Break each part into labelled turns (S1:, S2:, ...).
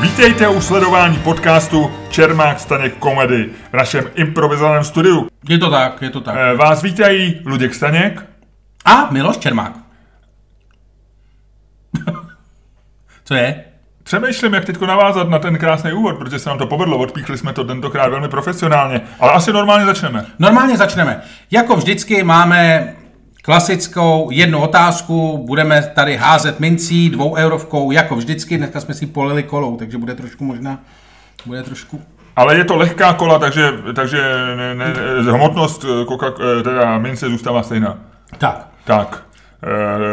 S1: Vítejte u sledování podcastu Čermák Staněk Komedy v našem improvizovaném studiu.
S2: Je to tak, je to tak.
S1: Eh, Vás vítají Luděk Staněk,
S2: A Miloš Čermák. Co je?
S1: Přemýšlím, jak teď navázat na ten krásný úvod, protože se nám to povedlo, odpíchli jsme to tentokrát velmi profesionálně, ale asi normálně začneme.
S2: Normálně začneme. Jako vždycky máme klasickou jednu otázku, budeme tady házet mincí dvoueurovkou, jako vždycky, dneska jsme si polili kolou, takže bude trošku možná, bude trošku
S1: Ale je to lehká kola, takže, takže ne, ne, hmotnost eh, coca, eh, teda mince zůstává stejná.
S2: tak.
S1: Tak,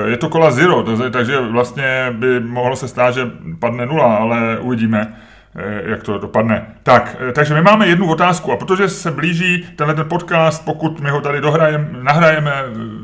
S1: eh, je to kola zero, to- takže vlastně by mohlo se stát, že padne nula, ale uvidíme, eh, jak to dopadne. Tak, eh, takže my máme jednu otázku a protože se blíží tenhle ten podcast, pokud my ho tady dohrajeme, nahrajeme,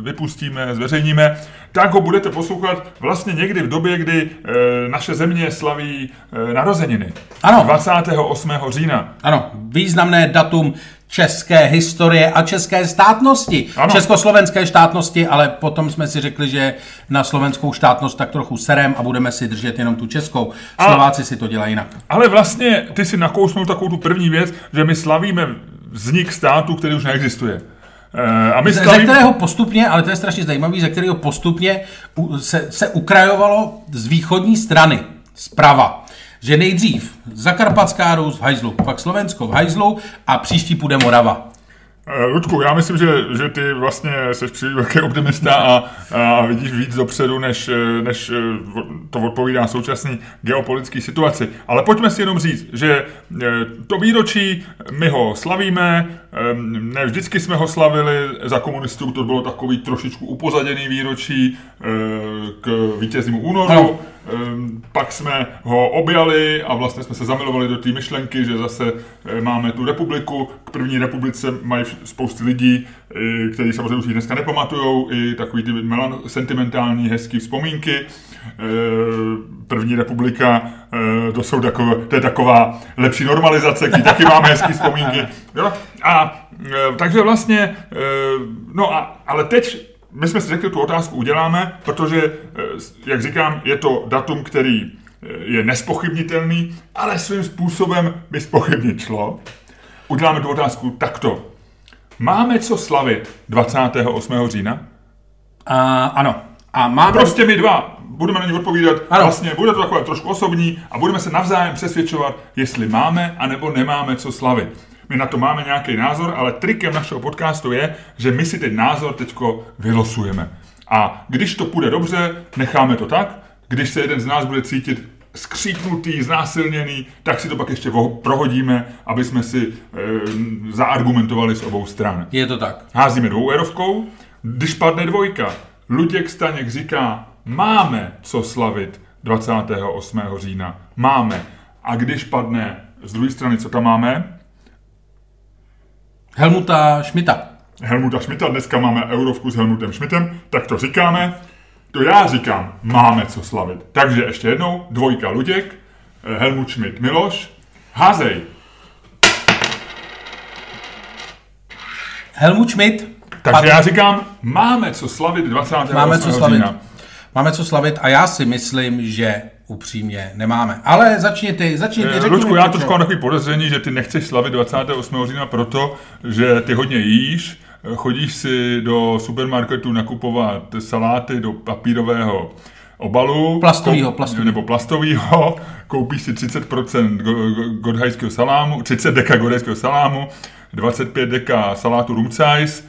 S1: vypustíme, zveřejníme, tak ho budete poslouchat vlastně někdy v době, kdy eh, naše země slaví eh, narozeniny.
S2: Ano.
S1: 28. října.
S2: Ano, významné datum české historie a české státnosti.
S1: Ano.
S2: Ano. Československé státnosti, ale potom jsme si řekli, že na slovenskou státnost tak trochu serem a budeme si držet jenom tu českou. Slováci si to dělají jinak.
S1: Ale vlastně ty si nakousnul takovou tu první věc, že my slavíme vznik státu, který už neexistuje. Eh, A my
S2: Ze, ze
S1: slavíme...
S2: kterého postupně, ale to je strašně zajímavé, ze kterého postupně u- se, se ukrajovalo z východní strany, zprava. Že nejdřív Zakarpatská Rus v hajzlu, pak Slovensko v hajzlu a příští půjde Morava.
S1: Eh, Ludku, já myslím, že, že ty vlastně jsi příliš velký optimista a, a vidíš víc dopředu, než, eh, než eh, v- to odpovídá současné geopolitické situaci. Ale pojďme si jenom říct, že eh, to výročí, my ho slavíme, eh, ne vždycky jsme ho slavili, za komunistů to bylo takový trošičku upozaděný výročí eh, k vítěznímu únoru.
S2: Ano.
S1: Ehm, Pak jsme ho objali a vlastně jsme se zamilovali do té myšlenky, že zase eh, máme tu republiku. K první republice mají vš- spousty lidí, eh, kteří samozřejmě už ji dneska nepamatujou, i takový ty melan- sentimentální, hezký vzpomínky. Eh, První republika, eh, to, jsou takové, to je taková lepší normalizace, kdy taky máme hezký vzpomínky. Jo? A, eh, takže vlastně, eh, no a, ale teď my jsme si řekli, tu otázku uděláme, protože, eh, s- jak říkám, je to datum, který eh, je nespochybnitelný, ale svým způsobem by spochybnit šlo. Uděláme tu otázku takto. Máme co slavit 28. října?
S2: A, ano. A máme...
S1: Prostě my dva budeme na ně odpovídat.
S2: Ano.
S1: Vlastně bude to takové trošku osobní a budeme se navzájem přesvědčovat, jestli máme anebo nemáme co slavit. My na to máme nějaký názor, ale trikem našeho podcastu je, že my si ten názor teďko vylosujeme. A když to půjde dobře, necháme to tak. Když se jeden z nás bude cítit skřípnutý, znásilněný, tak si to pak ještě vo- prohodíme, aby jsme si e, zaargumentovali z obou stran.
S2: Je to tak.
S1: Házíme dvou erovkou. Když padne dvojka, Luděk Staněk říká, máme co slavit 28. října. Máme. A když padne z druhé strany, co tam máme?
S2: Helmuta Šmita.
S1: Helmuta Šmita, dneska máme eurovku s Helmutem Šmitem, tak to říkáme. To já říkám, máme co slavit. Takže ještě jednou, dvojka Luděk, eh, Helmut Šmit Miloš, házej.
S2: Helmut Schmidt.
S1: Takže já říkám, máme co slavit 28.
S2: Máme co slavit.
S1: října.
S2: Máme co slavit a já si myslím, že upřímně nemáme. Ale začni ty, začni ty.
S1: Eh,
S2: řekni
S1: Lučku,
S2: mi,
S1: já
S2: proč
S1: trošku
S2: ne.
S1: mám takový podezření, že ty nechceš slavit 28. října proto, že ty hodně jíš, eh, chodíš si do supermarketu nakupovat saláty do papírového obalu.
S2: Plastovýho,
S1: Koup-
S2: plastový.
S1: Nebo plastovýho. Koupíš si 30% go- go- godhajského salámu, 30 deka godhajského salámu, 25 deka salátu rumcajs,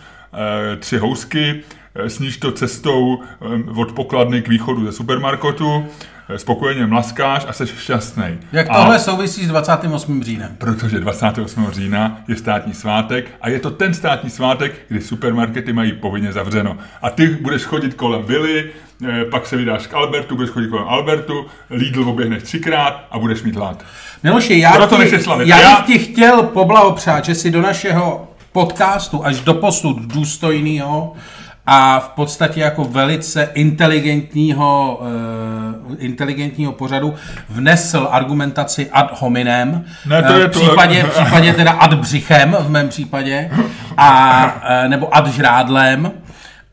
S1: eh, tři housky, eh, sníš to cestou eh, od pokladny k východu ze supermarketu, eh, spokojeně mlaskáš a jsi šťastný.
S2: Jak
S1: A-
S2: tohle souvisí s 28. říjnem?
S1: Protože 28. října je státní svátek a je to ten státní svátek, kdy supermarkety mají povinně zavřeno. A ty budeš chodit kolem Billy, eh, pak se vydáš k Albertu, budeš chodit kolem Albertu, Lidl oběhneš třikrát a budeš mít hlad.
S2: Miloši, já,
S1: Proto
S2: ti,
S1: nechci slavit.
S2: já,
S1: Já-
S2: já bych ti chtěl poblahopřát, že jsi do našeho podcastu až do posud důstojného a v podstatě jako velice inteligentního, uh, inteligentního pořadu vnesl argumentaci ad hominem,
S1: Ne, to
S2: eh,
S1: je
S2: v,
S1: to-
S2: případě, v případě teda ad břichem v mém případě, a, eh, nebo ad žrádlem.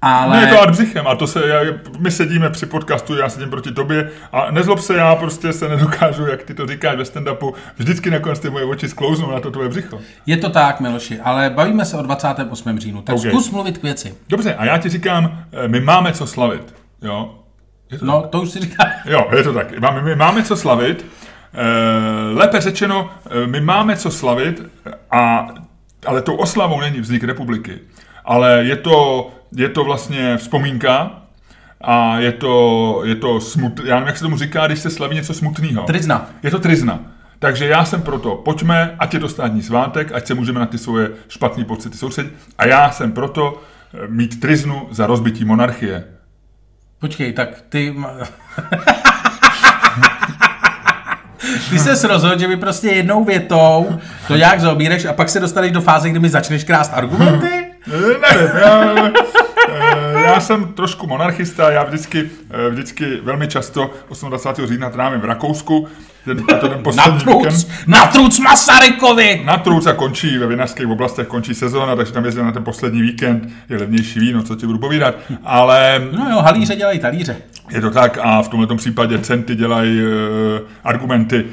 S2: Ale...
S1: Ne, No je to ad břichem a to se, já, my sedíme při podcastu, já sedím proti tobě a nezlob se, já prostě se nedokážu, jak ty to říkáš ve stand-upu, vždycky nakonec ty moje oči sklouznou na to tvoje břicho.
S2: Je to tak, Miloši, ale bavíme se o 28. říjnu, tak
S1: Okay.
S2: okay. zkus mluvit k věci.
S1: Dobře, a já ti říkám, eh, my máme co slavit, jo?
S2: No, to už si říká.
S1: Jo, je to tak. Máme, my máme co slavit. Eh, Lépe řečeno, eh, my máme co slavit, a, ale tou oslavou není vznik republiky. Ale je to, je to vlastně vzpomínka a je to, je to smut, já nevím, jak se tomu říká, když se slaví něco smutného.
S2: Trizna.
S1: Je to trizna. Takže já jsem proto, pojďme, ať je to státní svátek, ať se můžeme na ty svoje špatné pocity soustředit. A já jsem proto eh, mít triznu za rozbití monarchie.
S2: Počkej, tak ty... m- Ty se rozhodl, že mi prostě jednou větou to nějak zaobíreš a pak se dostaneš do fáze, kdy mi začneš krást argumenty?
S1: Eh, Nevím, já, eh, já jsem trošku monarchista, já vždycky, eh, vždycky velmi často 28. října trávím v Rakousku, ten, a to ten poslední
S2: Natruc!
S1: víkend.
S2: Natruc Masarykovi!
S1: Na Trouca končí, ve vinařských oblastech končí sezóna, takže tam jezdím na ten poslední víkend, je levnější víno, co ti budu povídat, ale
S2: No jo, halíře dělají talíře.
S1: je to tak a v tomto případě centy dělají eh, argumenty.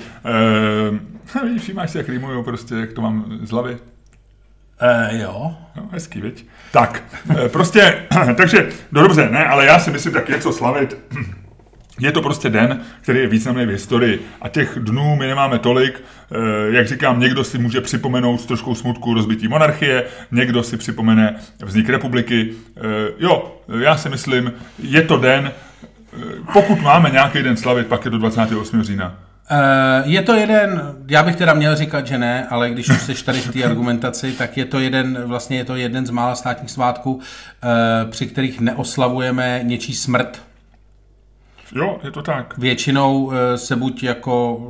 S1: Eh, vidíš, všímáš si, jak rýmuju prostě, jak to mám z hlavy?
S2: E, jo.
S1: No, hezký, viď? Tak, eh, prostě, takže, no dobře, ne, ale já si myslím, tak je co slavit. Je to prostě den, který je významný v historii a těch dnů my nemáme tolik. Eh, Jak říkám, někdo si může připomenout s troškou smutku rozbití monarchie, někdo si připomene vznik republiky. Eh, Jo, já si myslím, je to den, eh, pokud máme nějaký den slavit, pak je to 28. října.
S2: E, je to jeden, já bych teda měl říkat, že ne, ale když už seš tady v té argumentaci, tak je to jeden, vlastně je to jeden z mála státních svátků, e, při kterých neoslavujeme něčí smrt.
S1: Jo, je to tak.
S2: Většinou e, se buď jako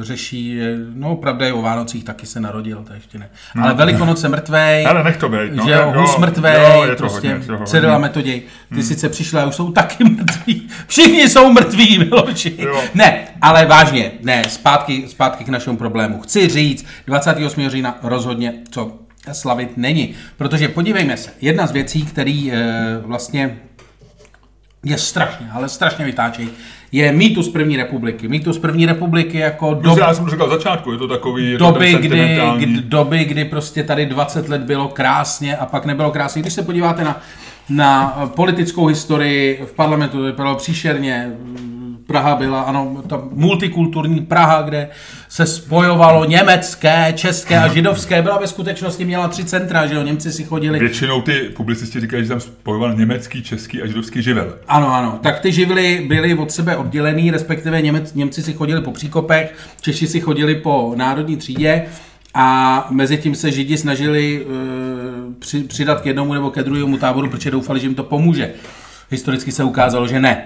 S2: e, řeší, e, no pravda je o Vánocích, taky se narodil, to ještě ne. Ale Velikonoce mrtvej,
S1: Ale nech to být. No,
S2: že jo, hus mrtvej,
S1: jo, je to
S2: prostě
S1: hodně, je to hodně. Hmm.
S2: Cyrila Metoděj, ty sice přišla, už jsou taky mrtví. Všichni jsou mrtví, Miloši.
S1: Jo.
S2: Ne, ale vážně, ne, zpátky, zpátky k našemu problému. Chci říct, 28. října rozhodně co slavit není, protože podívejme se, jedna z věcí, který e, vlastně je strašně, ale strašně vytáčejí, je mýtus první republiky. Mýtus první republiky jako
S1: Dobře,
S2: doba
S1: já jsem říkal začátku, je to takový je to
S2: doby,
S1: ten
S2: kdy,
S1: sentimentální-
S2: kdy, doby, kdy prostě tady 20 let bylo krásně a pak nebylo krásně. Když se podíváte na, na eh, politickou historii v parlamentu, to vypadalo příšerně, mm, Praha byla, ano, ta multikulturní Praha, kde se spojovalo německé, české a židovské, byla ve skutečnosti, měla tři centra, že jo, Němci si chodili
S1: Většinou ty publicisti říkají, že tam spojoval německý, český a židovský živel.
S2: Ano, ano. Tak ty živly byly od sebe oddělený, respektive Němec, Němci si chodili po příkopech, Češi si chodili po národní třídě a mezi tím se Židi snažili uh, při, přidat k jednomu nebo ke druhému táboru, protože doufali, že jim to pomůže. Historicky se ukázalo, že ne.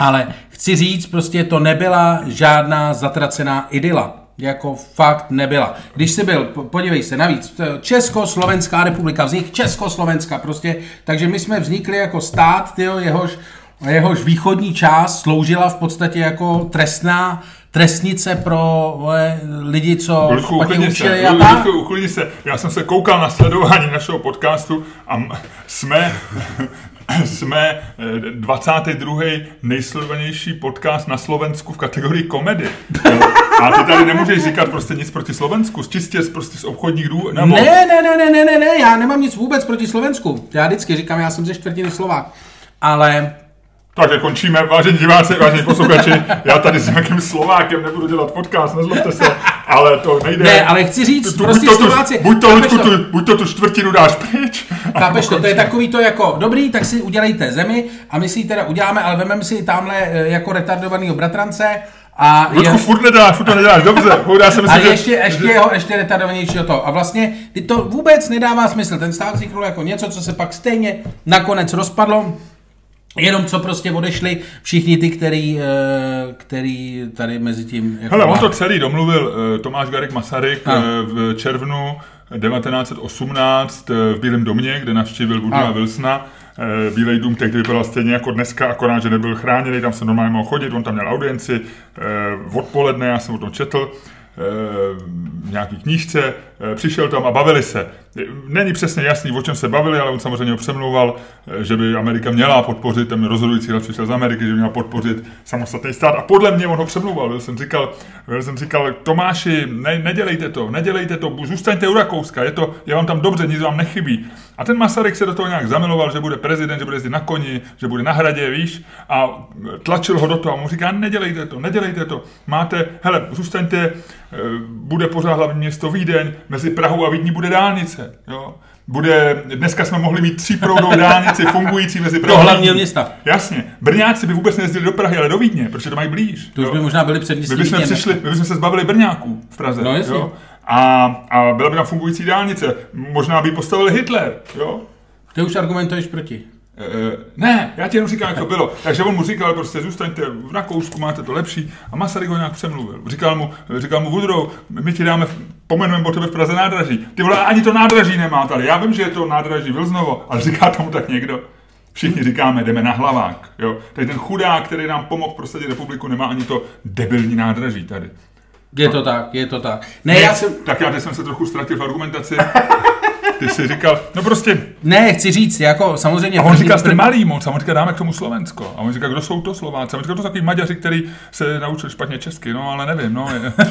S2: Ale chci říct, prostě to nebyla žádná zatracená idyla. Jako fakt nebyla. Když jsi byl, po- podívej se, navíc to je Československá republika, vznik Československa prostě, takže my jsme vznikli jako stát, tyjo, jehož, jehož východní část sloužila v podstatě jako trestná trestnice pro vole, lidi, co
S1: Ludku, uklidni se,
S2: a tak.
S1: Ludku, uklidni se. Já jsem se koukal na sledování našeho podcastu a m- jsme, jsme eh, 22. nejsledovanější podcast na Slovensku v kategorii komedy. Jo. A ty tady nemůžeš říkat prostě nic proti Slovensku, čistě z- prostě z obchodních důvodů. nebo-
S2: Ne, ne, ne, ne, ne, ne, ne, já nemám nic vůbec proti Slovensku. Já vždycky říkám, já jsem ze čtvrtiny Slovák. Ale
S1: Takže končíme, vážení diváci, vážení posluchači, já tady s nějakým Slovákem nebudu dělat podcast, nezlobte se, ale to nejde.
S2: Ne, ale chci říct,
S1: tu,
S2: prostě
S1: buď to,
S2: Slováci-
S1: tu, buď, to,
S2: chápeš
S1: Ludku,
S2: to?
S1: tu, buď to tu čtvrtinu dáš pryč. a
S2: Chápeš to, to je
S1: končíme.
S2: takový to jako, dobrý, tak si udělejte zemi a my si ji teda uděláme, ale vememe si ji tamhle eh, jako retardovanýho bratrance a,
S1: Ludku,
S2: je,
S1: furt nedáš, furt to nedáš, dobře, furt já jsem
S2: a
S1: myslel, že...
S2: ještě, ještě jeho ještě retardovanějšího toho. A vlastně ty to vůbec nedává smysl. Ten stát vzniknul jako něco, co se pak stejně nakonec rozpadlo. Jenom co prostě odešli všichni ty, který, eh, který tady mezi tím... Jako
S1: Hele, on to celý domluvil eh, Tomáš Garek Masaryk eh, v červnu 1918 eh, v Bílém domě, kde navštívil Woodrowa
S2: Ano.
S1: Wilsona. Eh, Bílej dům tehdy vypadal stejně jako dneska, akorát, že nebyl chráněný, tam se normálně mohl chodit, on tam měl audienci eh, odpoledne, já jsem o tom četl eh, v nějaký knížce, eh, přišel tam a bavili se. Není přesně jasný, o čem se bavili, ale on samozřejmě ho přemlouval, eh, že by Amerika měla podpořit, ten rozhodující hlas přišel z Ameriky, že by měla podpořit samostatný stát. A podle mě on ho přemlouval. Já jsem říkal, já jsem říkal Tomáši, ne, nedělejte to, nedělejte to, zůstaňte u Rakouska, je to, je vám tam dobře, nic vám nechybí. A ten Masaryk se do toho nějak zamiloval, že bude prezident, že bude jezdit na koni, že bude na hradě, víš, a tlačil ho do toho a mu říká, nedělejte to, nedělejte to, máte, hele, zůstaňte, eh, bude pořád hlavní město Vídeň, mezi Prahou a Vídní bude dálnice, jo. Bude, dneska jsme mohli mít tříproudou dálnici fungující mezi Prahou a
S2: hlavního
S1: Vídní.
S2: města.
S1: Jasně. Brňáci by vůbec nejezdili do Prahy, ale do Vídně, protože to mají blíž.
S2: To už
S1: jo.
S2: by možná byli
S1: My
S2: předměstí
S1: bychom,
S2: Vídně.
S1: přišli, my bychom se zbavili Brňáků v Praze.
S2: No, jasně.
S1: jo? A, a byla by tam fungující dálnice. Možná by ji postavil Hitler. Jo?
S2: Ty už argumentuješ proti.
S1: E, e, ne, já ti jenom říkám, jak to bylo. Takže on mu říkal, prostě zůstaňte v Rakousku, máte to lepší. A Masaryk ho nějak přemluvil. Říkal mu, říkal mu Woodrow, my ti dáme, pomenujeme po tebe v Praze nádraží. Ty vole, ani to nádraží nemá tady. Já vím, že je to nádraží Vilznovo, ale říká tomu tak někdo. Všichni říkáme, jdeme na hlavák. Jo? Tady ten chudák, který nám pomohl prosadit republiku, nemá ani to debilní nádraží tady.
S2: Je to tak, je to tak. Ne, já jsem,
S1: Tak já teď jsem se trochu ztratil v argumentaci. Ty jsi říkal, no prostě,
S2: ne, chci říct, jako samozřejmě...
S1: a on
S2: první-
S1: říká, jste
S2: prv-
S1: malý moc, a on říká, dáme k tomu Slovensko. A on říká, kdo jsou to Slováci? A on říká, to jsou takový Maďaři, který se naučili špatně česky, no ale nevím, no. je-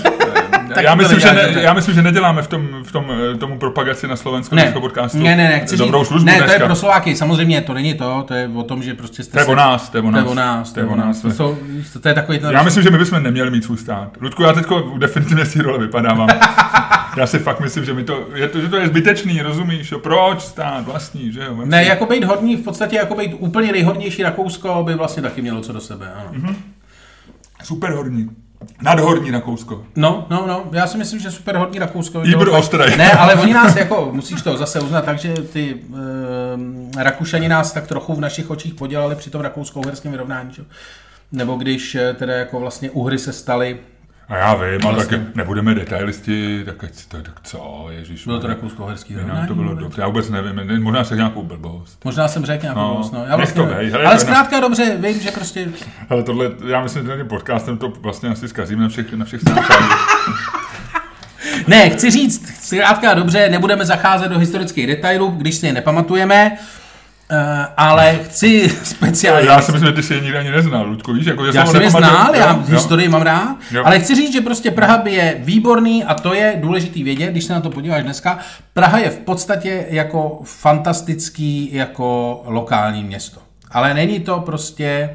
S2: Tak
S1: já,
S2: to
S1: myslím, že
S2: nějak
S1: ne,
S2: dobře.
S1: já myslím, že neděláme v tom, v tom eh, tomu propagaci na Slovensku
S2: ne,
S1: dneska podcastu.
S2: ne, ne, ne, chci
S1: Dobrou
S2: říct,
S1: službu
S2: ne,
S1: dneska.
S2: to je prostě- pro Slováky, samozřejmě to není to, to je o tom, že prostě jste
S1: To je
S2: se-
S1: o nás, to je o
S2: To je
S1: nás.
S2: o nás, no.
S1: To je o nás. prostě.
S2: To, jsou, to, to je takový ten...
S1: Já myslím, že my bychom neměli mít svůj stát. Ludku, já teďko definitivně z té role vypadávám. Já si fakt myslím, že, mi to, je to, že to je zbytečný, rozumíš? Jo? Proč stát vlastní, že jo? Vlastně Vem
S2: Ne,
S1: si-
S2: jako být hodný, v podstatě jako být úplně nejhodnější Rakousko by vlastně taky mělo co do sebe, ano.
S1: Mhm. Superhorní. Nadhorní Rakousko.
S2: No, no, no, já si myslím, že super hodní Rakousko. by
S1: Jibr
S2: bylo fajn.
S1: Ostraj.
S2: Ne, ale oni nás jako, musíš to zase uznat, takže ty um, Rakušani nás tak trochu v našich očích podělali při tom rakousko-uherském vyrovnání, že? jo? Nebo když eh, teda jako vlastně Uhry se staly,
S1: A já vím, ale
S2: Vlastně.
S1: tak nebudeme detailisti, tak ať si to, tak co, ježíš.
S2: bylo to rakousko-uherský
S1: Nám
S2: vyrovnání.
S1: No, to bylo dobře, já vůbec nevím, ne- možná se nějakou blbost.
S2: Možná jsem řekl nějakou
S1: No,
S2: no, no. Já
S1: nech
S2: vlastně
S1: to
S2: nevím.
S1: bej, hele,
S2: ale
S1: to je na-
S2: zkrátka dobře, vím, že prostě
S1: Ale tohle, já myslím, že tím podcastem to vlastně asi zkazíme na všech, na všech stránkách.
S2: Ne, chci říct, zkrátka a dobře, nebudeme zacházet do historických detailů, když si je nepamatujeme, eh, ale chci speciálně...
S1: já si myslím, že ty si je nikdy ani neznal, Ludku, víš? Jako,
S2: Já
S1: ho
S2: jsem je
S1: nepamatuju.
S2: znal, já
S1: Jo, jo.
S2: historii mám rád,
S1: Jo.
S2: ale chci říct, že prostě Praha je výborný a to je důležitý vědět, když se na to podíváš dneska. Praha je v podstatě jako fantastický jako lokální město. Ale není to prostě,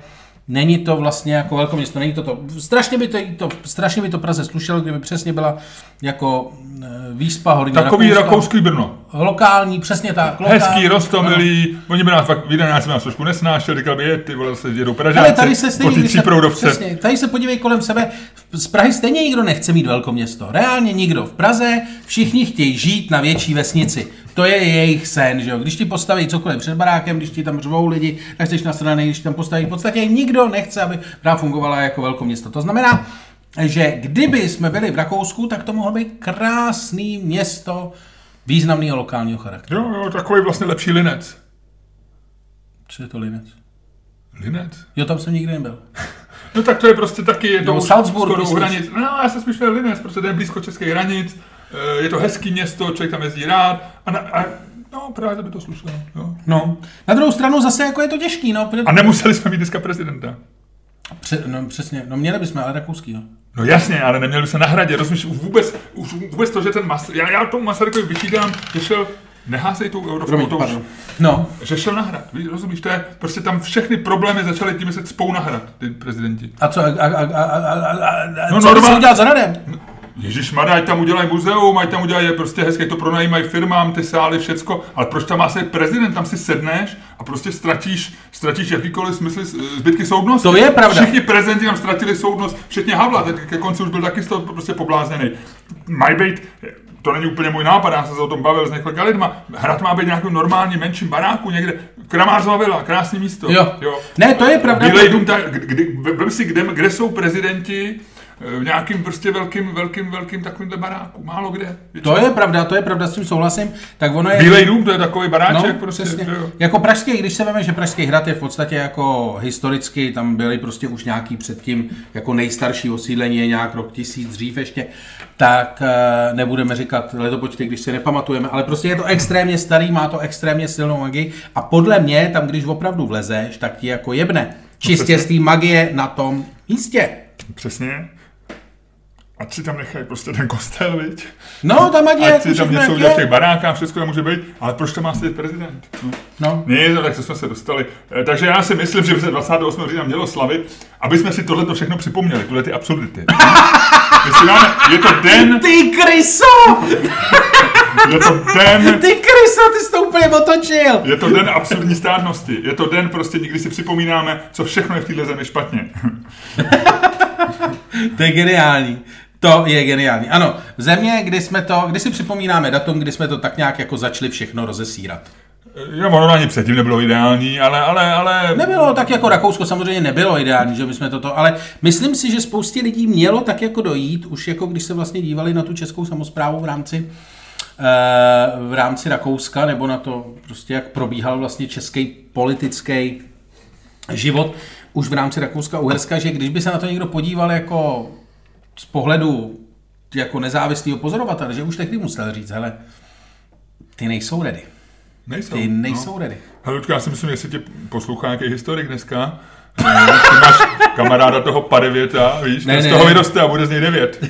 S2: není to vlastně jako velké město, není to to. Strašně by to, to, strašně by to Praze slušelo, kdyby přesně byla jako eh, výspa horní
S1: Takový
S2: Rakouska.
S1: rakouský Brno.
S2: Lokální, přesně tak. Lokální,
S1: Hezký, rostomilý, oni by nás fakt, jeden nás, nás trošku nesnášel, říkal by, je, ty vole, se jedou Pražáci,
S2: Ale tady se stejně,
S1: po ty
S2: když se,
S1: příproudovce.
S2: přesně, tady se podívej kolem sebe, v- z Prahy stejně nikdo nechce mít velkoměsto. Reálně nikdo. V Praze všichni chtějí žít na větší vesnici. To je jejich sen, že jo? Když ti postaví cokoliv před barákem, když ti tam řvou lidi, tak jsi na straně, když ti tam postaví. V podstatě nikdo nechce, aby Praha fungovala jako velkoměsto. To znamená, že kdyby jsme byli v Rakousku, tak to mohlo být krásný město významného lokálního charakteru.
S1: Jo, jo, takový vlastně lepší linec.
S2: Co je to Linec?
S1: Linec?
S2: Jo, tam jsem nikdy nebyl.
S1: No tak to je prostě taky, je to
S2: Nebo
S1: už
S2: Salzburg,
S1: skoro u
S2: myslíš?
S1: hranic. No já jsem spíš měl Linec, protože to je blízko českých hranic, eh, je to hezký město, člověk tam jezdí rád a, na, a no právě by to slušelo. Jo.
S2: No, na druhou stranu zase jako je to těžký, no, protože
S1: A nemuseli jsme mít dneska prezidenta.
S2: Pře- no, přesně, no měli bychom, ale rakouský, jo.
S1: No jasně, ale neměli by se na hradě, rozumíš, už vůbec, už vůbec to, že ten Mas, já, já tomu Masarykovi vyčítám, že šel, neházej tou eurofobou, to už,
S2: No,
S1: že šel na hrad, víš, rozumíš, to je, prostě tam všechny problémy začaly tím, že se cpou na hrad, ty prezidenti.
S2: a co, a, a, a, a, a, a, a
S1: No,
S2: no, co by se
S1: normál-
S2: udělat za radem?
S1: Ježíš Mada, ať tam udělají muzeum, ať tam udělají prostě hezké, to pronajímají firmám, ty sály, všecko, ale proč tam má se prezident, tam si sedneš a prostě ztratíš, ztratíš jakýkoliv smysl eh, zbytky soudnosti.
S2: To je pravda.
S1: Všichni prezidenti tam ztratili soudnost, včetně Havla, teď ke konci už byl taky z toho prostě poblázněný. Mají být, to není úplně můj nápad, já jsem se o tom bavil s několika lidma. Hrad má být nějaký normální menším baráku někde. Kramářová vila, krásné místo.
S2: Jo. Ne, to je pravda.
S1: Bílej dům, tak, kdy, kdy, vem si, kde, kde jsou prezidenti v nějakým prostě velkým, velkým, velkým takovýmhle baráku. Málo kde.
S2: To je pravda, to je pravda, s tím souhlasím. Tak ono je...
S1: Bílej dům, to je takový baráček
S2: No,
S1: prostě.
S2: přesně.
S1: že jo.
S2: Jako Pražský, když se veme, že Pražský hrad je v podstatě jako historicky, tam byly prostě už nějaký předtím, jako nejstarší osídlení je nějak rok tisíc dřív ještě, tak eh, nebudeme říkat letopočty, když si nepamatujeme, ale prostě je to extrémně starý, má to extrémně silnou magii a podle mě tam, když opravdu vlezeš, tak ti jako
S1: No,
S2: jebne. Čistě z té magie na tom místě.
S1: Přesně. A si tam nechají prostě ten kostel, viď?
S2: No, tam ať je,
S1: Ať si tam
S2: všechno
S1: něco
S2: jak
S1: udělá v těch
S2: je.
S1: barákách, všechno tam může být, ale proč to má sedět prezident? No.
S2: No.
S1: Ne, no, tak co jsme se dostali. Eh, Takže já si myslím, že by se 28. října mělo slavit, aby jsme si tohle všechno připomněli, tyhle ty absurdity. My si máme, je to den,
S2: Ty kryso!
S1: je to den,
S2: Ty kryso, ty jsi to úplně otočil!
S1: je to den absurdní státnosti. Je to den prostě, kdy si připomínáme, co všechno je v téhle zemi špatně.
S2: To je geniální. To je geniální. Ano, země, kdy jsme to, kdy si připomínáme datum, kdy jsme to tak nějak jako začali všechno rozesírat.
S1: Jo, ono ani předtím nebylo ideální, ale, ale, ale...
S2: Nebylo tak jako Rakousko samozřejmě nebylo ideální, že my jsme toto, ale myslím si, že spoustě lidí mělo tak jako dojít, už jako když se vlastně dívali na tu českou samozprávu v rámci eh, v rámci Rakouska, nebo na to prostě jak probíhal vlastně český politický život už v rámci Rakouska Uherska, že když by se na to někdo podíval jako z pohledu jako nezávislého pozorovatele, že už tehdy musel říct, hele, ty nejsou ready.
S1: Nejsou.
S2: Ty
S1: no.
S2: nejsou ready.
S1: Halučka, já si myslím, jestli tě poslouchá nějaký historik dneska, eh, když ty máš kamaráda toho padevěta, víš,
S2: Ne,
S1: ne,
S2: ne,
S1: z toho
S2: ne.
S1: vyroste a bude z něj devět.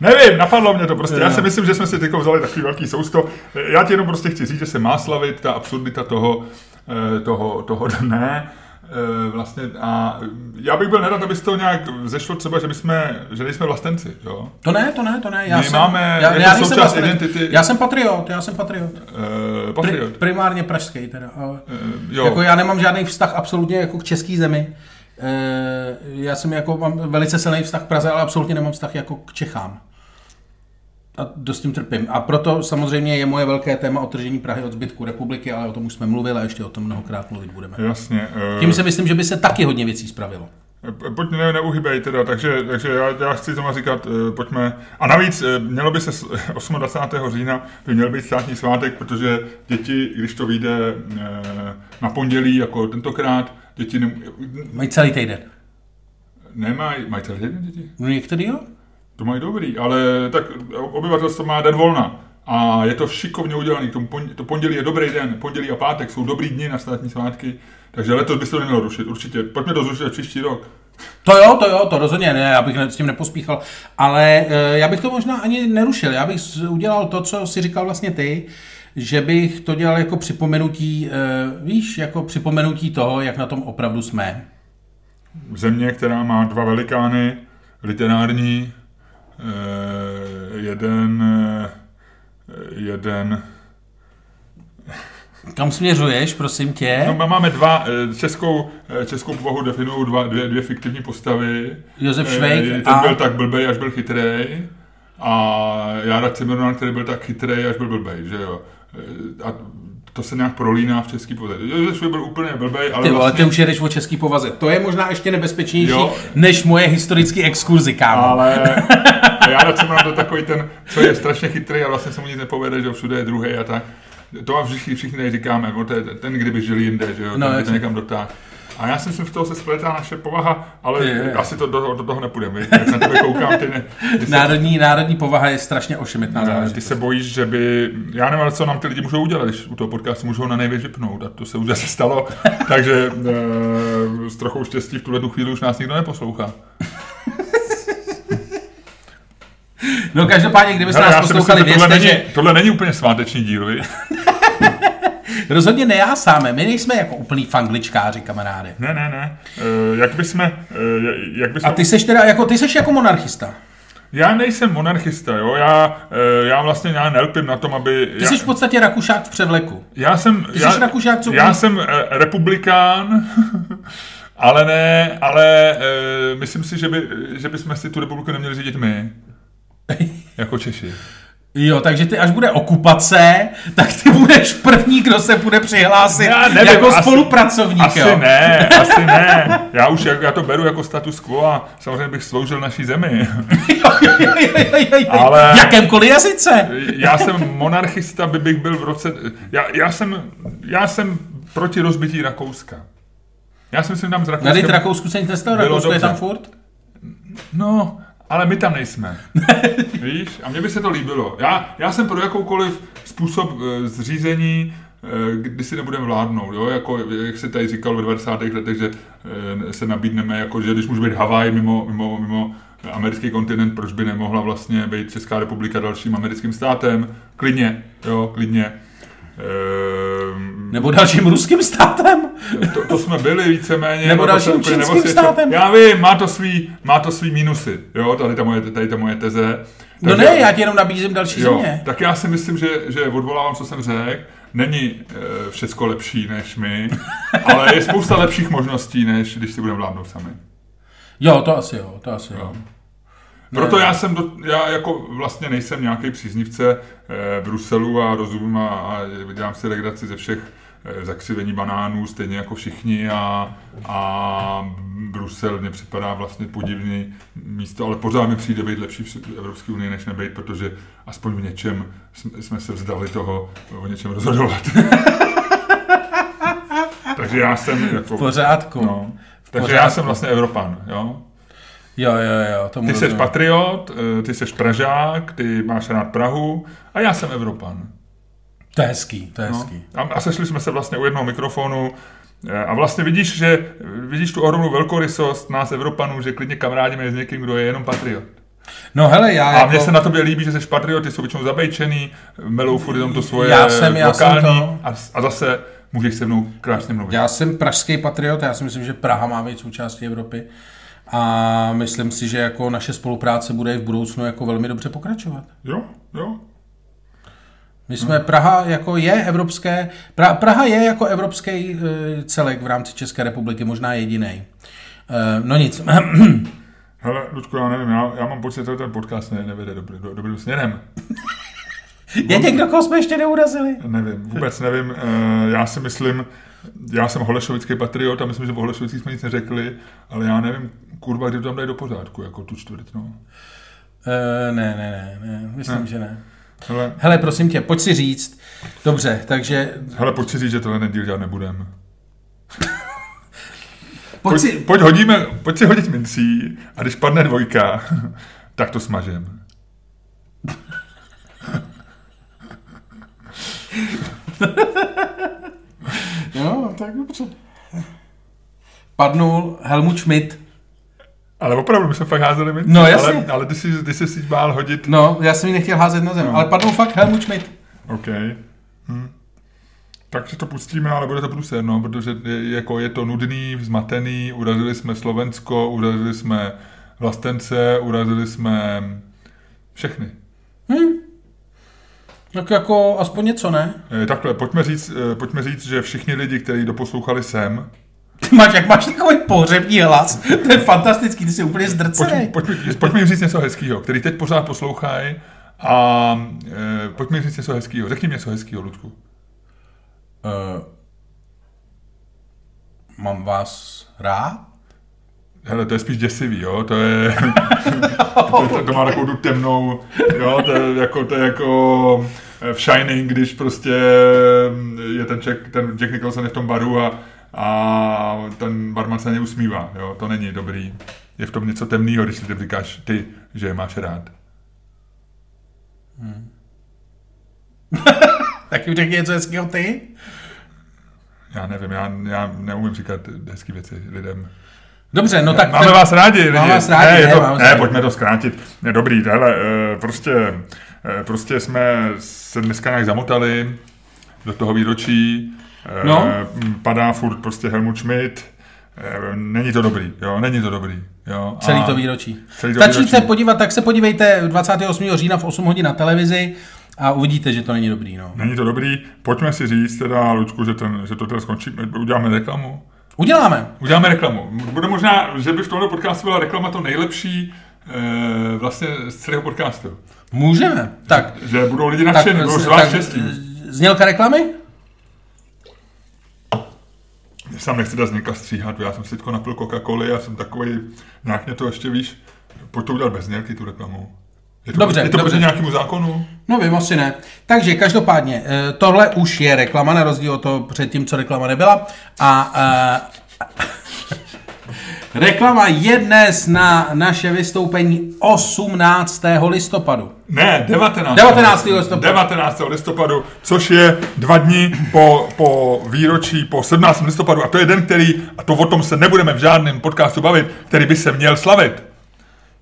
S1: Nevím, napadlo mě to prostě. Já si myslím, že jsme si teď vzali takový velký sousto. Eh, Já ti jenom prostě chci říct, že se má slavit ta absurdita toho, eh, toho, toho dne. Eh, Vlastně a já bych byl nerad, aby z toho nějak zešlo třeba, že, my jsme, že nejsme vlastenci, jo?
S2: To ne, to ne, to ne. Já
S1: My
S2: jsem,
S1: máme
S2: já,
S1: jako
S2: já nejsem
S1: součást
S2: vlastenec.
S1: identity-
S2: Já jsem patriot, já jsem patriot.
S1: Eh,
S2: Pri,
S1: Patriot.
S2: primárně pražský teda. Ale
S1: Eh,
S2: jo. Jako já nemám žádný vztah absolutně jako k české zemi. Eh, Já jsem jako mám velice silný vztah k Praze, ale absolutně nemám vztah jako k Čechám. A dost tím trpím. A proto samozřejmě je moje velké téma otržení Prahy od zbytku republiky, ale o tom už jsme mluvili a ještě o tom mnohokrát mluvit budeme.
S1: Jasně. eh,
S2: Tím si myslím, že by se taky hodně věcí spravilo.
S1: P- Pojďme, ne, neuhybej teda, takže, takže já, já chci znovu říkat, eh, pojďme. A navíc eh, mělo by se s- 28. října, by měl být státní svátek, protože děti, když to vyjde eh, na pondělí, jako tentokrát, děti nem,
S2: Mají celý týden.
S1: nemají, mají celý den děti?
S2: No některý jo?
S1: To mají dobrý, ale tak obyvatelstvo má den volna. A je to šikovně udělané. To pondělí je dobrý den, pondělí a pátek jsou dobrý dny na státní svátky, takže letos by se to nemělo rušit, určitě. Pojďme to zrušit až příští rok.
S2: To jo, to jo, to rozhodně ne, já bych ne- s tím nepospíchal, ale e, já bych to možná ani nerušil, já bych s- udělal to, co si říkal vlastně ty, že bych to dělal jako připomenutí, e, víš, jako připomenutí toho, jak na tom opravdu jsme.
S1: Země, která má dva velikány, literární, eh, jeden, eh, jeden,
S2: Kam směřuješ, prosím tě?
S1: no, má- máme dva, eh, českou, eh, českou povahu definují dva, dvě, dvě fiktivní postavy.
S2: Josef
S1: Eh,
S2: Švejk
S1: Ten
S2: a-
S1: byl tak blbej, až byl chytrej. A Jara Cimrman, který byl tak chytrej, až byl blbej, že jo. Eh, A to se nějak prolíná v český povaze. Josef Švejk byl úplně blbej, ale
S2: Ty vole,
S1: vlastně...
S2: ty už jedeš o český povaze. To je možná ještě nebezpečnější
S1: Jo.
S2: než moje historické exkurzy, kámo.
S1: Ale já radši mám to takový ten, co je strašně chytrý a vlastně se mu nic nepovede, že jo, všude je druhý a tak. To a všichni, všichni tady říkáme, no to je ten, kdyby žil jinde, že jo,
S2: No,
S1: no, by to
S2: jasně.
S1: někam dotáhl. A já si myslím, že v toho se spletá naše povaha, ale
S2: Je, je.
S1: asi to do, do toho nepůjdeme. Jak na tebe koukám, ty, ne, ty, se,
S2: Národní, národní povaha je strašně ošemetná
S1: ty
S2: záležitost.
S1: se bojíš, že by... Já nevím, ale co nám ty lidi můžou udělat, když u toho podcastu můžou na největší pnout a to se už zase stalo. Takže e, s trochou štěstí v tuhle tu chvíli už nás nikdo neposlouchá.
S2: No každopádně, kdybyste
S1: Hele,
S2: nás
S1: já si myslím,
S2: poslouchali,
S1: že tohle,
S2: věřte,
S1: není,
S2: že
S1: tohle není úplně sváteční díl, viď?
S2: rozhodně nejásáme. My nejsme jako úplný fangličkáři, kamaráde.
S1: Ne, ne, ne. Uh, jak bychom... Uh, jak bychom...
S2: A ty seš teda jako, ty seš jako monarchista.
S1: Já nejsem monarchista, jo. Já, uh, já vlastně já nelpím na tom, aby...
S2: Ty
S1: já,
S2: jsi v podstatě rakušák v převleku.
S1: já jsem... Ty já,
S2: jsi Rakušák, co
S1: Já
S2: umí-
S1: jsem uh, republikán, ale ne, ale uh, myslím si, že, by, že bychom si tu republiku neměli řídit my. Jako Češi.
S2: Jo, takže ty, až bude okupace, tak ty budeš první, kdo se bude přihlásit
S1: Já nevím,
S2: jako
S1: asi-
S2: spolupracovník,
S1: Asi
S2: jo.
S1: ne, asi ne. Já už jak, já to beru jako status quo a samozřejmě bych sloužil naší zemi. Ale-
S2: V jakémkoliv jazyce.
S1: Já jsem monarchista, by bych byl v roce... Já, já, jsem, já jsem proti rozbití Rakouska. Já jsem si tam z Rakouska...
S2: Nadejte Rakousku, se nic nestalo,
S1: Bylo
S2: Rakousko je
S1: dobře.
S2: tam furt.
S1: No, ale my tam nejsme. Víš? A mně by se to líbilo. Já, já jsem pro jakoukoliv způsob eh, zřízení, eh, kdy si nebudeme vládnout, jo? Jako, jak se tady říkal v 90. letech, že eh, se nabídneme, jako, že když může být Havaj mimo, mimo, mimo americký kontinent, proč by nemohla vlastně být Česká republika dalším americkým státem? Klidně, jo, klidně. Ehm,
S2: Nebo dalším ruským státem.
S1: to, to jsme byli víceméně.
S2: Nebo
S1: no to
S2: dalším
S1: se úplně
S2: čínským
S1: neosvědčilo.
S2: státem.
S1: Já vím, má to svý, má to svý minusy, jo, tady ta moje, tady ta moje teze.
S2: No ne, já ti jenom nabízím další
S1: jo,
S2: země.
S1: tak já si myslím, že, že odvolávám, co jsem řekl. Není e, všecko lepší než my, ale je spousta lepších možností, než když si budeme vládnout sami.
S2: Jo, to asi jo, to asi jo.
S1: Jo. Proto já jsem, do, já jako vlastně nejsem nějaký příznivce eh, Bruselu a rozum a, a dělám si legraci ze všech eh, zakřivení banánů, stejně jako všichni a, a Brusel mě připadá vlastně podivný místo, ale pořád mi přijde být lepší v Evropské unii, než nebejt, protože aspoň v něčem jsme, jsme se vzdali toho o něčem rozhodovat. Takže já jsem
S2: V
S1: jako...
S2: pořádku.
S1: No.
S2: V
S1: Takže já
S2: pořádku.
S1: jsem vlastně Evropan, jo?
S2: Jo, jo, jo, tomu
S1: Ty jsi
S2: rozumím.
S1: patriot, eh, ty jsi Pražák, ty máš rád Prahu a já jsem Evropan.
S2: To je hezký, to je
S1: No.
S2: hezký.
S1: A, a sešli jsme se vlastně u jednoho mikrofonu eh, a vlastně vidíš, že vidíš tu ohromnou velkorysost nás Evropanů, že klidně kamarádíme s někým, kdo je jenom patriot.
S2: No hele, já
S1: A
S2: jako...
S1: mně se na tobě líbí, že jsi patriot, ty jsou většinou zabejčený, melou furt jenom to svoje
S2: Já jsem- já jsem
S1: lokální
S2: to.
S1: a, a zase můžeš se mnou krásně mluvit.
S2: Já jsem pražský patriot, já si myslím, že Praha má být součástí Evropy a myslím si, že jako naše spolupráce bude i v budoucnu jako velmi dobře pokračovat.
S1: Jo, jo.
S2: My jsme, Praha jako je evropské, pra, Praha je jako evropský eh, celek v rámci České republiky, možná jediný. No nic,
S1: Hele, Ludku, já nevím, já, já mám pocit, že ten podcast ne, nevede dobrý, do, dobrým směrem.
S2: je někdo, koho jsme ještě neurazili?
S1: Nevím, vůbec nevím. Eh, Já si myslím, já jsem holešovický patriot a myslím, že o Holešovicích jsme nic neřekli, ale já nevím, kurva, kdy to tam dají do pořádku, jako tu čtvrt, no.
S2: Eh, Ne, ne, ne, ne, myslím, že ne.
S1: Hele,
S2: Hele, prosím tě, pojď si říct. Dobře, takže
S1: hele pojď si říct, že tenhle díl dělat nebudem.
S2: pojď
S1: Pojď,
S2: si,
S1: pojď, hodíme, pojď si hodit mincí a když padne dvojka, tak to smažem.
S2: jo, no, tak dobře. Padnul Helmut Schmidt.
S1: Ale opravdu, my jsme fakt házeli mincí.
S2: No, jasně.
S1: ale, ale ty jsi, ty jsi si bál hodit.
S2: No, já jsem ji nechtěl házet na zem, ale padnul fakt Helmut Schmidt.
S1: OK. Hm. Takže to pustíme, ale bude to průser, no, protože je, jako je to nudný, zmatený, urazili jsme Slovensko, urazili jsme vlastence, urazili jsme všechny.
S2: Hm? Tak jako aspoň něco, ne?
S1: Eh, Takhle, pojďme říct, eh, pojďme říct, že všichni lidi, kteří doposlouchali sem,
S2: Ty máš, jak máš takový pohřební hlas, to je fantastický, ty jsi úplně
S1: pojďme,
S2: zdrcený.
S1: pojďme, pojďme jim říct něco hezkého, který teď pořád poslouchají a eh, pojďme jim říct něco hezkého. Řekni mi něco hezkého, Ludku.
S2: Uh, mám vás rád?
S1: Hele, to je spíš děsivý, jo, to je, to, to, to má takovou tu temnou, jo, to je jako, to je jako v Shining, když prostě je ten Jack, ten Jack Nicholson je v tom baru a, a ten barman se na něj usmívá, jo, to není dobrý. Je v tom něco temného, když si ty říkáš ty, že je máš rád.
S2: Tak jim řekni něco hezkého ty.
S1: Já nevím, já, já neumím říkat hezké věci lidem.
S2: Dobře, no tak...
S1: Máme vás rádi, lidi.
S2: Máme vás rádi,
S1: ne, je
S2: ne,
S1: to,
S2: máme vás
S1: ne,
S2: rádi.
S1: pojďme to zkrátit. Ne, dobrý, hele, eh, prostě, eh, prostě jsme se dneska nějak zamotali do toho výročí. Eh,
S2: No.
S1: m, Padá furt prostě Helmut Schmidt. Eh, Není to dobrý, jo, není to dobrý. Jo,
S2: Celý to výročí.
S1: Celý to
S2: Stačí
S1: výročí.
S2: se podívat, tak se podívejte 28. října v 8 hodin na televizi a uvidíte, že to není dobrý, no.
S1: Není to dobrý, pojďme si říct teda, Ludku, že, ten, že to teda skončí, uděláme reklamu.
S2: Uděláme.
S1: Uděláme reklamu. Bude možná, že by v tomto podcastu byla reklama to nejlepší, eh, vlastně z celého podcastu.
S2: Můžeme. Tak,
S1: Že budou lidi nadšení, budou
S2: z-
S1: zvlášť štěstí.
S2: z- znělka reklamy?
S1: Já sám nechci dát z něka stříhat, já jsem si teďko napil coca coly a jsem takový, nějak mě to ještě víš, pojď to udělat bez nělky tu reklamu. Je to,
S2: Dobře,
S1: je to
S2: dobře.
S1: proti nějakému zákonu?
S2: No vím, asi ne. Takže každopádně, eh, tohle už je reklama, na rozdíl od toho předtím, co reklama nebyla. A eh, reklama je dnes na naše vystoupení 18. listopadu.
S1: Ne, 19.
S2: 19. listopadu.
S1: 19. listopadu, což je dva dny po, po výročí, po 17. listopadu. A to je den, který, a to o tom se nebudeme v žádném podcastu bavit, který by se měl slavit.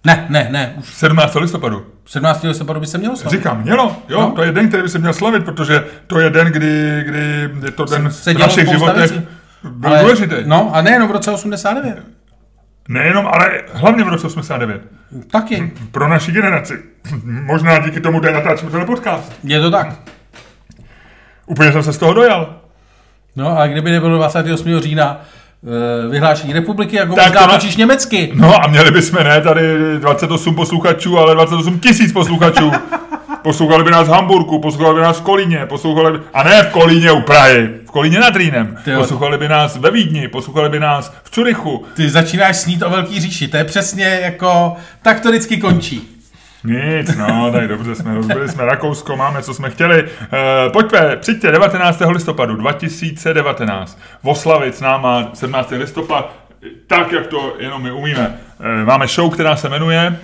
S2: Ne, ne, ne, už
S1: 17. listopadu.
S2: 17. listopadu by se mělo stát.
S1: Říkám, mělo, jo,
S2: No.
S1: no. to je den, který by se měl slavit, protože to je den, kdy, kdy je to den
S2: se
S1: v
S2: dělo
S1: našich
S2: spousta
S1: životech
S2: věcí.
S1: byl Ale, důležitý. No.
S2: No a nejenom v roce 89.
S1: Nejenom, ale hlavně v roce 89.
S2: Taky,
S1: Pro naši generaci. Možná díky tomu, že natáčíme ten podcast.
S2: je to tak.
S1: Úplně jsem se z toho dojal.
S2: No a kdyby nebylo 28. října eh, vyhlášení republiky, jako
S1: Tak
S2: možná
S1: to na-
S2: točíš německy.
S1: No a měli bychom ne tady 28 posluchačů, ale 28 tisíc posluchačů. Poslouchali by nás v Hamburgu, poslouchali by nás v Kolíně, poslouchali by... A ne v Kolíně u Prahy, v Kolíně nad Rýnem.
S2: Ty jo.
S1: Poslouchali by nás ve Vídni, poslouchali by nás v Curychu.
S2: Ty začínáš snít o velký říši, to je přesně jako, tak to vždycky končí.
S1: Nic, no, tak dobře jsme, rozbili jsme Rakousko, máme, co jsme chtěli. E, pojďme, přijďte 19. listopadu 2019. Voslavic náma 17. listopad, tak, jak to jenom my umíme. E, máme show, která se jmenuje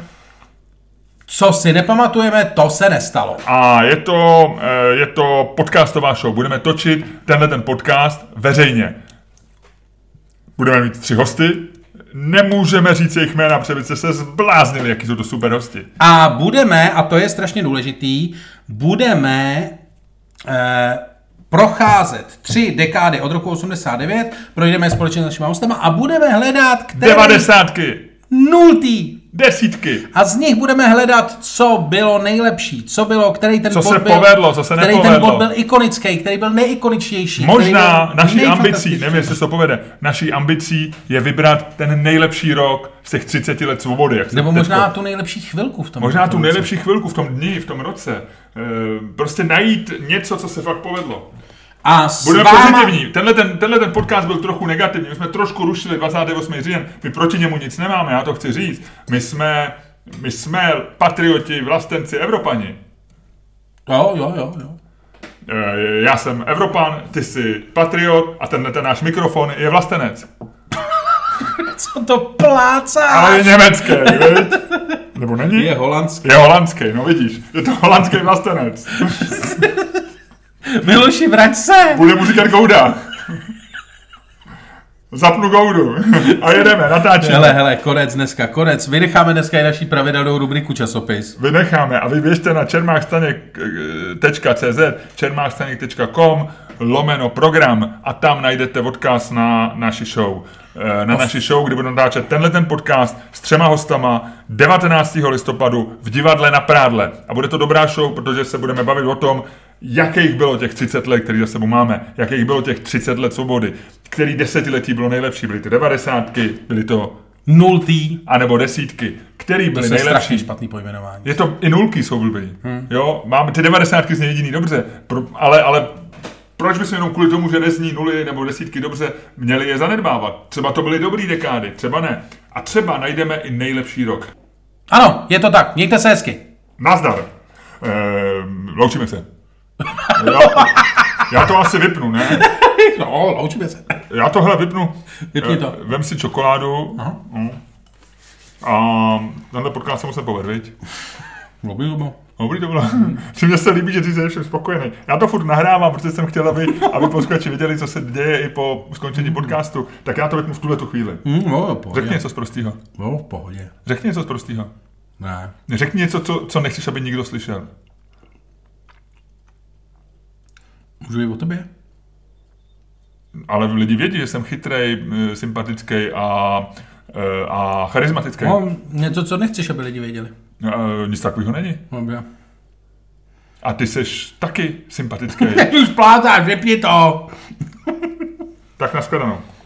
S2: Co si nepamatujeme, to se nestalo.
S1: a je to, e, je to podcastová show. Budeme točit tenhle ten podcast veřejně. Budeme mít tři hosty, nemůžeme říct jejich jména, protože byste se zbláznili, jaký jsou to super hosti.
S2: A budeme, a to je strašně důležitý, budeme eh, procházet tři dekády od roku 89, projdeme je společně s našimi hostama a budeme hledat, který
S1: Devadesátky,
S2: nultý
S1: desítky,
S2: A z nich budeme hledat, co bylo nejlepší, co bylo, který ten
S1: Co
S2: bod
S1: se
S2: byl,
S1: povedlo, co se
S2: který ten
S1: nepovedlo.
S2: bod byl ikonický, který byl nejikoničtější. který
S1: Možná naší
S2: byl
S1: ambicí,
S2: nejfantastičtější.
S1: nevím, jestli se to povede, naší ambicí je vybrat ten nejlepší rok z těch 30 let svobody. Jak se
S2: Nebo
S1: teďko-
S2: možná tu nejlepší chvilku v tom.
S1: možná tu
S2: roce.
S1: nejlepší chvilku v tom dni, v tom roce. Eh, Prostě najít něco, co se fakt povedlo.
S2: A s
S1: Budeme
S2: váma...
S1: pozitivní. Tenhle ten, tenhle ten podcast byl trochu negativní. My jsme trošku rušili 28. říjen. My proti němu nic nemáme, já to chci říct. My jsme, my jsme patrioti, vlastenci, Evropani.
S2: Jo, jo, jo, jo.
S1: Eh, Já jsem Evropan, ty jsi patriot a tenhle ten náš mikrofon je vlastenec.
S2: Co to plácá?
S1: Ale je německý, viď? Nebo není?
S2: Je holandský.
S1: Je holandský, no vidíš. Je to holandský vlastenec.
S2: Miloši, vrať se!
S1: Bude mu říkat Gouda. Zapnu Goudu a jedeme,
S2: Hele,
S1: natáčíme.
S2: hele, konec dneska, konec. Vynecháme dneska i naší pravidelnou rubriku časopis.
S1: Vynecháme a vy běžte na čermáchstaněk.cz, čermáchstaněk.com, lomeno program a tam najdete odkaz na naši show. Eh, Na naši show, kdy budu natáčet tenhle ten podcast s třema hostama 19. listopadu v divadle na Prádle. A bude to dobrá show, protože se budeme bavit o tom, jakých bylo těch 30 let, který za sebou máme, jakých bylo těch 30 let svobody, který desetiletí bylo nejlepší, byly ty 90, byly to
S2: Nultý.
S1: anebo desítky, který byly
S2: To je
S1: nejlepší.
S2: strašně špatný pojmenování.
S1: Je to, i nulky jsou blbý. Hmm. Jo, mám ty devadesátky z něj jediný dobře, pro, ale, ale proč bychom jenom kvůli tomu, že nezní nuly nebo desítky dobře, měli je zanedbávat? Třeba to byly dobrý dekády, třeba ne. A třeba najdeme i nejlepší rok.
S2: Ano, je to tak. Mějte se hezky.
S1: Nazdar. Ehm, loučíme se. Já, já to asi vypnu, ne?
S2: No, loučíme se.
S1: Já tohle vypnu.
S2: Vypni
S1: Eh,
S2: to.
S1: Vem si čokoládu. Aha. A tenhle podcast se moc nepovedl, viď?
S2: Dobrý, dobrý.
S1: No, Dobrý to bylo. Že mě se líbí, že ty jsi všem spokojený. Já to furt nahrávám, protože jsem chtěl, aby, aby posluchači viděli, co se děje i po skončení podcastu. Tak já to řeknu v tuhle tu chvíli.
S2: Mm, jo, jo, v pohodě.
S1: Řekni něco z prostýho.
S2: Jo, v pohodě.
S1: Řekni něco z prostýho.
S2: Ne.
S1: Řekni něco, co, co nechceš, aby nikdo slyšel.
S2: Můžu i o tobě?
S1: Ale lidi vědí, že jsem chytrej, eh, sympatický a, eh, a charismatický. No.
S2: No, něco, co nechceš, aby lidi věděli.
S1: Eh, Nic takového není.
S2: Dobrá.
S1: A ty seš taky sympatický.
S2: Teď už plátáš, vypni to!
S1: tak nashledanou.